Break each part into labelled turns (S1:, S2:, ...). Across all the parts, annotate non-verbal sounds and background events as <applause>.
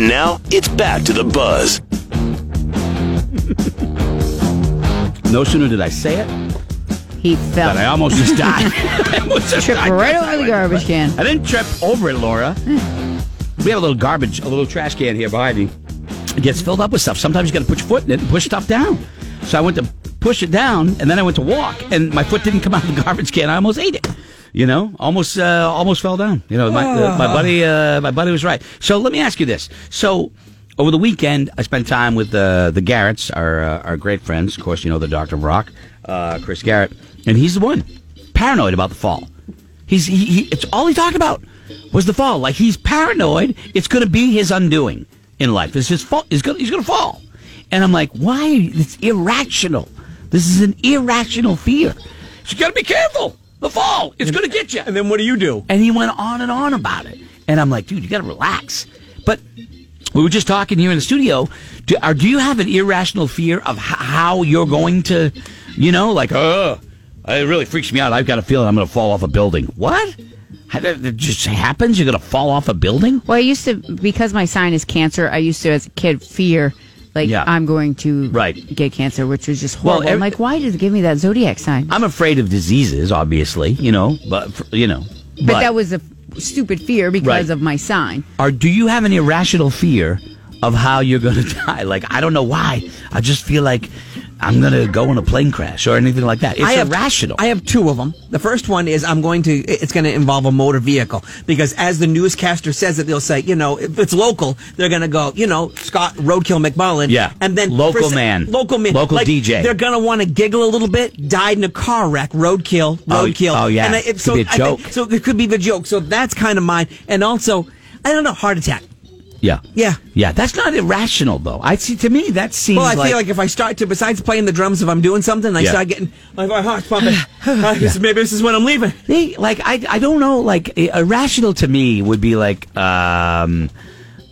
S1: now it's back to the buzz.
S2: No sooner did I say it
S3: He fell.
S2: that I almost
S3: <laughs>
S2: just died. I was just-
S3: Tripped
S2: I
S3: right
S2: guess
S3: over
S2: I
S3: the
S2: went-
S3: garbage can. Hmm.
S2: I didn't trip over it, Laura. we have a little garbage, a little trash can here behind me. It gets filled up with stuff. Sometimes you got to put your foot in it and push stuff down. So I went to push it down, and then I went to walk, and my foot didn't come out of the <laughs> garbage can. I almost ate it. You know, almost uh, almost fell down. You know, my, uh, my buddy, uh, my buddy was right. So let me ask you this. So over the weekend, I spent time with uh, the Garretts, our uh, our great friends. Of course, you know the Doctor of Rock, uh, Chris Garrett, and he's the one paranoid about the fall. He's he, he, it's all he talked about was the fall. Like he's paranoid. It's going to be his undoing in life. It's his fault. He's going he's going to fall. And I'm like, why? It's irrational. This is an irrational fear. So you got to be careful. The fall. It's going to get you.
S4: And then what do you do?
S2: And he went on and on about it. And I'm like, dude, you got to relax. But we were just talking here in the studio. Do, are, do you have an irrational fear of h- how you're going to, you know, like, oh, it really freaks me out. I've got a feeling I'm going to fall off a building. What? How- that- That just happens? You're going to fall off a building?
S3: Well, I used to because my sign is cancer. I used to, as a kid, fear like
S2: Yeah.
S3: I'm going to
S2: Right.
S3: get cancer, which was just
S2: Well,
S3: horrible. I'm
S2: every-
S3: like, why did they give me that zodiac sign?
S2: I'm afraid of diseases, obviously, you know, but, f- you know.
S3: but, that was a stupid fear because
S2: Right.
S3: of my sign.
S2: Or do you have an irrational fear of how you're going to <laughs> die? Like, I don't know why. I just feel like I'm going to go in a plane crash or anything like that. It's irrational.
S4: I have two of them. The first one is I'm going to. It's going to involve a motor vehicle because, as the newscaster says it, they'll say, you know, if it's local, they're going to go, you know, Scott Roadkill McMullen,
S2: Yeah.
S4: and then
S2: Local
S4: for s-
S2: man.
S4: local man,
S2: Local
S4: Like,
S2: DJ.
S4: They're going to want to giggle a little bit. Died in a car wreck. Roadkill.
S2: Oh,
S4: Roadkill.
S2: oh, yeah.
S4: And I,
S2: It could
S4: so
S2: be a
S4: I
S2: joke.
S4: Think, so it could be the joke. So that's kind of mine. And also, I don't know, heart attack.
S2: yeah.
S4: Yeah.
S2: Yeah. That's not irrational, though. I see. To me, that seems
S4: Well, I
S2: like,
S4: feel like if I start to, besides playing the drums, if I'm doing something, I
S2: Yeah.
S4: start getting like my heart's pumping.
S2: <sighs>
S4: Uh, this- Maybe this is when I'm leaving.
S2: They- like, I, I don't know. Like, i- irrational to me would be like, um,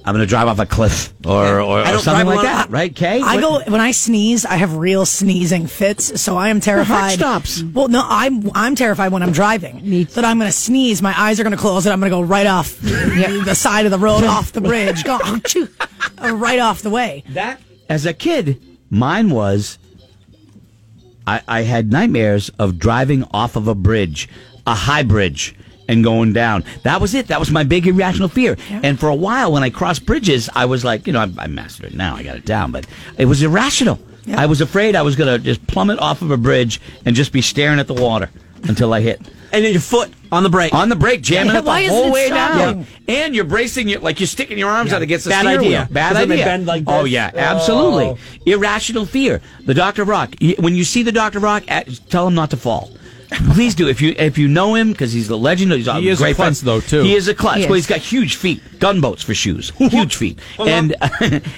S2: I'm going to drive off a cliff or, or,
S4: I
S2: or
S4: don't
S2: something
S4: drive
S2: like
S4: along-
S2: that, right, Kay?
S5: I
S2: What-
S5: go when I sneeze. I have real sneezing fits, so I am terrified.
S2: stops.
S5: Well, no, I'm I'm terrified when I'm driving
S3: Me
S5: that I'm going to sneeze. My eyes are going to close, and I'm going to go right off the side of the road, off the bridge, go choo, uh, right off the way.
S2: That as a kid, mine was. I, I had nightmares of driving off of a bridge, a high bridge, and going down. That was it. That was my big irrational fear. And for a while, when I crossed bridges, I was like, you know, I, I mastered it now. I got it down, but it was irrational.
S5: Yeah.
S2: I was afraid I was going to just plummet off of a bridge and just be staring at the water until I hit
S4: and then your foot on the brake.
S2: on the brake, jamming
S5: Yeah,
S2: it
S5: why
S2: the
S5: isn't
S2: whole
S5: it
S2: way down.
S5: stopping?
S2: And you're bracing your like you're sticking your arms out against the
S4: Bad
S2: steering
S4: idea.
S2: wheel. Bad
S4: 'Cause then they
S2: idea.
S4: bend like
S2: Oh
S4: this.
S2: yeah,
S4: Oh.
S2: absolutely. Irrational fear. The Doctor of Rock. Y- When you see the Doctor of Rock, at, tell him not to fall. Please do if you if you know him because he's a legend. He's a
S6: He is a
S2: great
S6: klutz,
S2: friend.
S6: though, too.
S2: He is a klutz.
S3: He
S2: Well,
S3: is.
S2: he's got huge feet, gunboats for shoes, huge feet, and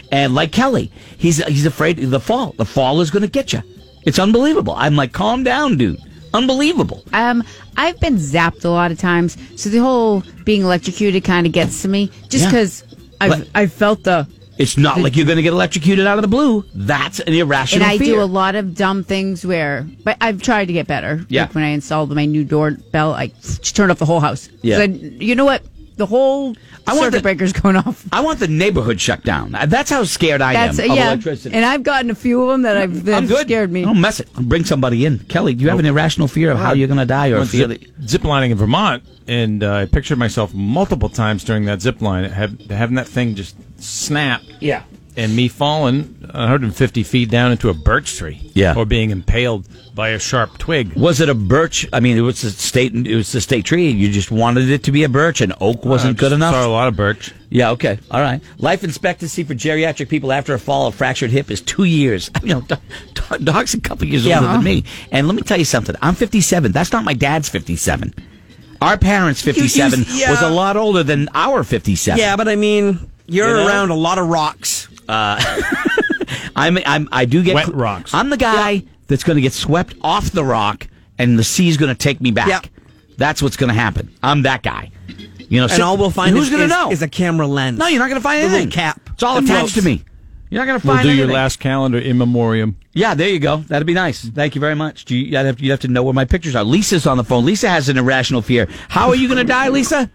S2: <laughs> and like Kelly, he's he's afraid of the fall. The fall is going to get you. It's unbelievable. I'm like, calm down, dude. Unbelievable.
S3: Um, I've been zapped a lot of times, so the whole being electrocuted kind of gets to me, just
S2: Yeah.
S3: because
S2: But-
S3: I've I've felt the
S2: It's not like you're going to get electrocuted out of the blue. That's an irrational
S3: and I
S2: fear.
S3: do a lot of dumb things where, but I've tried to get better.
S2: Yeah.
S3: Like when I installed my new doorbell, I turned off the whole house.
S2: Yeah.
S3: 'Cause I- you know what? The whole
S2: I want
S3: circuit
S2: the-
S3: breaker's going
S2: <laughs>
S3: off.
S2: I want the neighborhood shut down. That's how scared I
S3: That's
S2: am of
S3: yeah.
S2: electricity.
S3: And I've gotten a few of them that I've that
S2: I'm
S3: have
S2: good.
S3: scared me.
S2: Don't mess it. Bring somebody in. Kelly, do you have an irrational fear of how you're going to die or
S6: went
S2: fear
S6: zip,
S2: that?
S6: zip lining in Vermont, and uh, I pictured myself multiple times during that zip line, have, having that thing just snap.
S2: Yeah.
S6: And me falling 150 feet down into a birch tree.
S2: Yeah.
S6: Or being impaled by a sharp twig.
S2: Was it a birch? I mean, it was the state. It was the state tree. You just wanted it to be a birch, and oak wasn't
S6: I
S2: good
S6: just
S2: enough.
S6: Saw a lot of birch.
S2: Yeah, okay. All right. Life expectancy for geriatric people after a fall of fractured hip is two years. <laughs> You know, Doc, Doc- Doc's a couple years
S4: Yeah.
S2: older than me. And let me tell you something. I'm 57. That's not my dad's 57. Our parents' 57
S4: yeah.
S2: was a lot older than our 57.
S4: Yeah, but I mean, you're
S2: You know? Uh,
S4: around a lot of rocks.
S2: <laughs> I'm, I'm, I do get
S6: Wet rocks.
S2: I'm the guy that's going to get swept off the rock, and the sea's going to take me back.
S4: Yeah.
S2: That's what's going to happen. I'm that guy. You know,
S4: And all we'll find
S2: who's
S4: is,
S2: going to
S4: is-
S2: know
S4: is a camera lens.
S2: No, you're not going to find
S4: The little
S2: anything.
S4: cap.
S2: It's all
S4: It
S2: attached to
S4: floats.
S2: me. You're not going to
S6: We'll
S2: find
S6: do your
S2: anything.
S6: last calendar in memoriam.
S2: Yeah, there you go. That'd be nice. Thank you very much. Do you, would have, you'd have to know where my pictures are. Lisa's on the phone. Lisa has an irrational fear. How are you going to die, Lisa?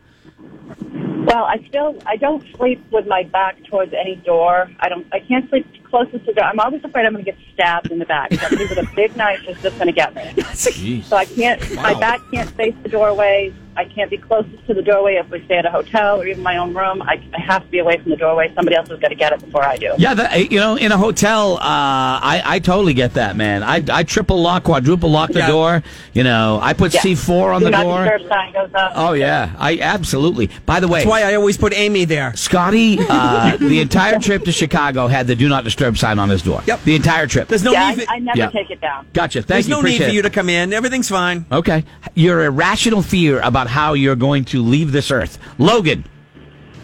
S7: Well, I still I don't sleep with my back towards any door. I don't I can't sleep closest to the door. I'm always afraid I'm going to get stabbed in the back. Somebody with a big knife is just going to get me. So I can't my back can't face the doorway. I can't be closest to the doorway if we stay at a hotel or even my own room. I, I have to be away from the doorway. Somebody else has got to get it before I do.
S2: Yeah, that, you know, in a hotel, uh, I, I totally get that, man. I, I triple lock, quadruple lock the
S4: Yeah.
S2: door. You know, I put
S7: Yeah.
S2: C4 on
S7: Do
S2: the
S7: not
S2: door.
S7: disturb sign goes up.
S2: Oh, yeah. I absolutely. By the way,
S4: That's why I always put Amy there.
S2: Scotty,
S4: <laughs>
S2: uh, the entire trip to Chicago had the do not disturb sign on his door.
S4: Yep.
S2: The entire trip.
S4: There's no
S7: yeah,
S4: need.
S7: I,
S4: For,
S7: I never
S2: Yeah.
S7: take it down.
S2: Gotcha. Thank
S4: there's
S2: you.
S4: no need
S2: Appreciate
S4: for
S2: it.
S4: you to come in. Everything's fine.
S2: Okay. Your irrational fear about how you're going to leave this earth. Logan.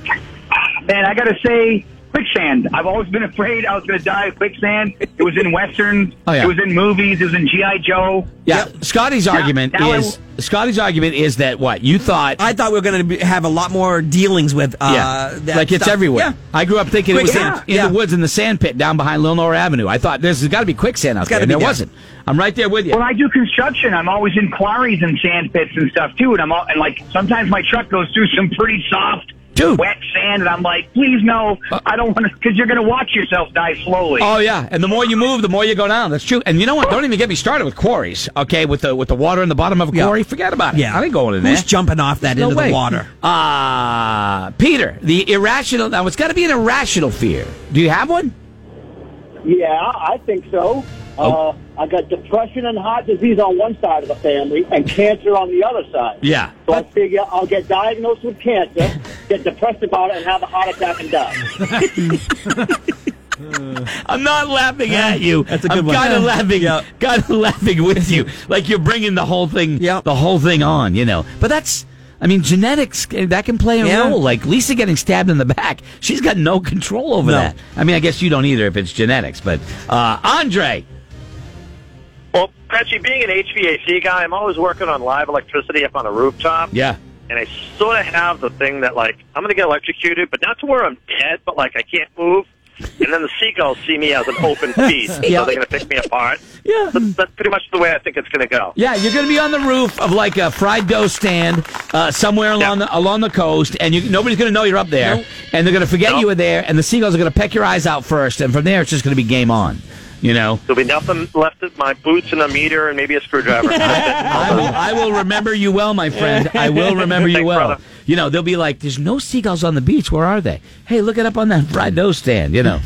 S8: Man, I gotta say, quicksand. I've always been afraid I was gonna die of quicksand. It was in westerns.
S2: Oh, yeah.
S8: It was in movies. It was in GI Joe.
S2: Yeah. Scotty's argument
S8: now I-
S2: is Scotty's argument is that what? You thought
S4: I thought we were going to have a lot more dealings with. Uh,
S2: yeah,
S4: that
S2: like it's
S4: stuff.
S2: everywhere.
S4: Yeah.
S2: I grew up thinking it was in,
S4: Quicksand.
S2: in
S4: Yeah.
S2: the woods in the sand pit down behind Lenore Avenue. I thought there's got to be quicksand out there,
S4: gotta
S2: and
S4: be
S2: there
S4: there.
S2: wasn't. I'm right there with you.
S8: When I do construction, I'm always in quarries and sand pits and stuff too. And I'm all, and like sometimes my truck goes through some pretty soft,
S2: Dude. Uh,
S8: wet sand, and I'm like, please no, I don't want to, because you're gonna watch yourself die slowly.
S2: Oh yeah, and the more you move, the more you go down. That's true. And you know what? Don't even get me started with quarries. Okay, with the with the water in the bottom of a
S4: Yeah.
S2: quarry, forget about it.
S4: Yeah.
S2: I ain't going in there.
S4: Who's jumping off that
S2: No
S4: into
S2: way.
S4: the water?
S2: Ah, Peter, the irrational. Now it's got to be an irrational fear. Do you have one?
S9: Yeah, I think so.
S2: Oh.
S9: Uh, I got depression and heart disease on one side of the family and cancer on the other side.
S2: Yeah.
S9: So I figure I'll get diagnosed with
S2: <laughs>
S9: cancer, get depressed about it, and have a heart attack and die.
S2: I'm not laughing at you.
S4: That's a good
S2: I'm
S4: one.
S2: Kind of laughing,
S4: Yeah.
S2: kind of <laughs> laughing with you. Like you're bringing the whole thing,
S4: Yeah.
S2: the whole thing on. You know, but that's. I mean, genetics eh, that can play a
S4: Yeah.
S2: role. Like Lisa getting stabbed in the back, she's got no control over
S4: No.
S2: that. I mean, I guess you don't either if it's genetics. But uh, Andre,
S10: Well, Patchy, being an HVAC guy, I'm always working on live electricity up on a rooftop.
S2: yeah,
S10: And I sort of have the thing that, like, I'm going to get electrocuted, but not to where I'm dead, but, like, I can't move. And then the seagulls see me as an
S2: <laughs>
S10: open feast,
S2: Yeah.
S10: so they're going to pick me apart.
S2: Yeah.
S10: That's, that's pretty much the way I think it's going to go.
S2: yeah, you're going to be on the roof of like a fried dough stand uh, somewhere along the along the coast, and you, nobody's going to know you're up there, and they're going to forget
S10: Nope.
S2: you were there, and the seagulls are going to peck your eyes out first, and from there it's just going to be game on. You know.
S10: There'll be nothing left of my boots and a meter and maybe
S1: <laughs>
S10: a screwdriver.
S2: <laughs> I will, I will remember you well, my friend. I will remember you
S10: Thanks,
S2: well.
S10: brother.
S2: You know, they'll be like, "There's no seagulls on the beach. Where are they?" Hey, look it up on that fried dough stand. You <laughs> know,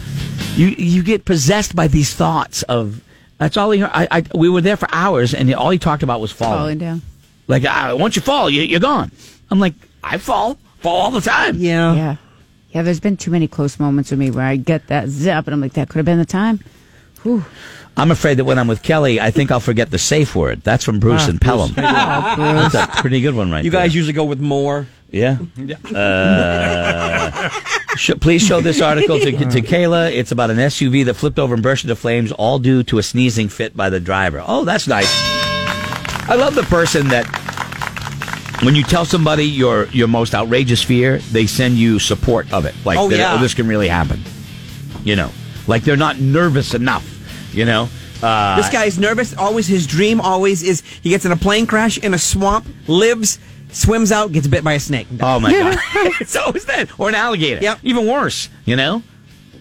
S2: you you get possessed by these thoughts of. That's all he. heard. I, I we were there for hours, and all he talked about was falling.
S3: <laughs> Falling down.
S2: Like, ah, once you fall, you, you're gone. I'm like, I fall, fall all the time.
S4: Yeah.
S3: Yeah. Yeah, there's been too many close moments with me where I get that zap and I'm like, that could have been the time. Whew.
S2: I'm afraid that when I'm with Kelly, I think I'll forget the safe word. That's from
S4: Ah,
S2: Bruce and Pelham. That's a pretty good one, right?
S4: You
S2: there.
S4: guys usually go with more.
S2: Yeah. Uh, sh- please show this article to, to Kayla. It's about an SUV that flipped over and burst into flames, all due to a sneezing fit by the driver. Oh, that's nice. I love the person that when you tell somebody your your most outrageous fear, they send you support of it. Like,
S4: Oh,
S2: that,
S4: yeah.
S2: this can really happen. You know, like they're not nervous enough. You know. Uh,
S4: This guy is nervous. Always his dream always is he gets in a plane crash in a swamp, lives, swims out, gets bit by a snake.
S2: Oh my god! <laughs> it's always that, or an alligator.
S4: Yep.
S2: Even worse, you know.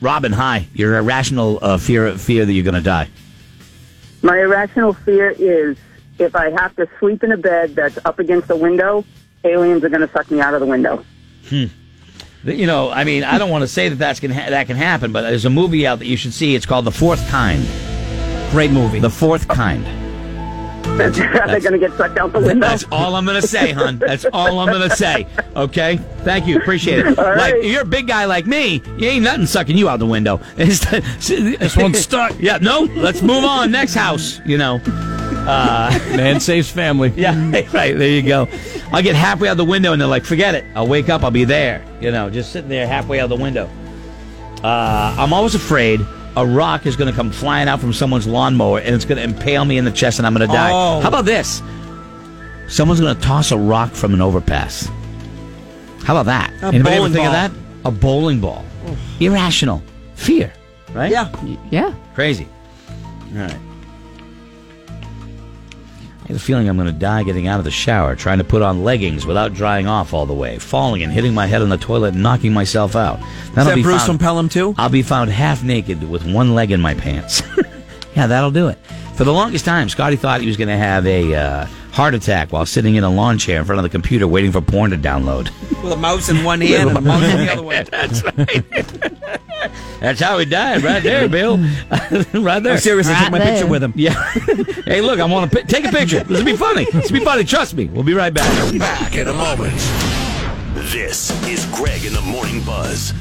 S2: Robin, hi. Your irrational uh, fear fear that you're going to die.
S7: My irrational fear is if I have to sleep in a bed that's up against a window, aliens are going to suck me out of the window. <laughs>
S2: Th- You know, I mean, I don't want to say that that's can ha- that can happen, but there's a movie out that you should see. It's called The Fourth Kind.
S4: Great movie.
S2: The Fourth Kind.
S7: They're going to get sucked out the window.
S2: That's all I'm going to say, hon. That's all I'm going to say. Okay. Thank you. Appreciate it.
S7: right.
S2: Like you're a big guy like me. You ain't nothing sucking you out the window. <laughs> this
S6: one's stuck.
S2: Yeah. No. Let's move on. Next house. You know.
S6: Man saves family.
S2: <laughs>
S4: Mm.
S2: Yeah, right, right. There you go. I get halfway out the window and they're like, forget it. I'll wake up. I'll be there. You know, just sitting there halfway out the window. Uh, I'm always afraid a rock is going to come flying out from someone's lawnmower and it's going to impale me in the chest and I'm going to die.
S4: Oh.
S2: How about this? Someone's going to toss a rock from an overpass. How about that?
S4: A
S2: Anybody ever
S4: bowling
S2: think of
S4: ball.
S2: that? A bowling ball. Irrational. Fear, right?
S4: Yeah.
S3: Yeah.
S2: Crazy. All right. I had a feeling I'm going to die getting out of the shower, trying to put on leggings without drying off all the way, falling and hitting my head on the toilet and knocking myself out.
S4: Is that Bruce from
S2: Pelham too? I'll be found half naked with one leg in my pants. <laughs> yeah, that'll do it. For the longest time, Scotty thought he was going to have a uh, heart attack while sitting in a lawn chair in front of the computer waiting for porn to download. <laughs>
S4: With a mouse in one hand and a mouse in the other one.
S2: That's
S4: <laughs>
S2: right. That's how he died, right there, Bill. <laughs> right there.
S4: I'm serious, I took Right my picture there. with him.
S2: Yeah. hey, look, I want to pi- take a picture. This will be funny. This will be funny. Trust me. We'll be right back.
S10: Back in a moment. This is Greg in the Morning Buzz.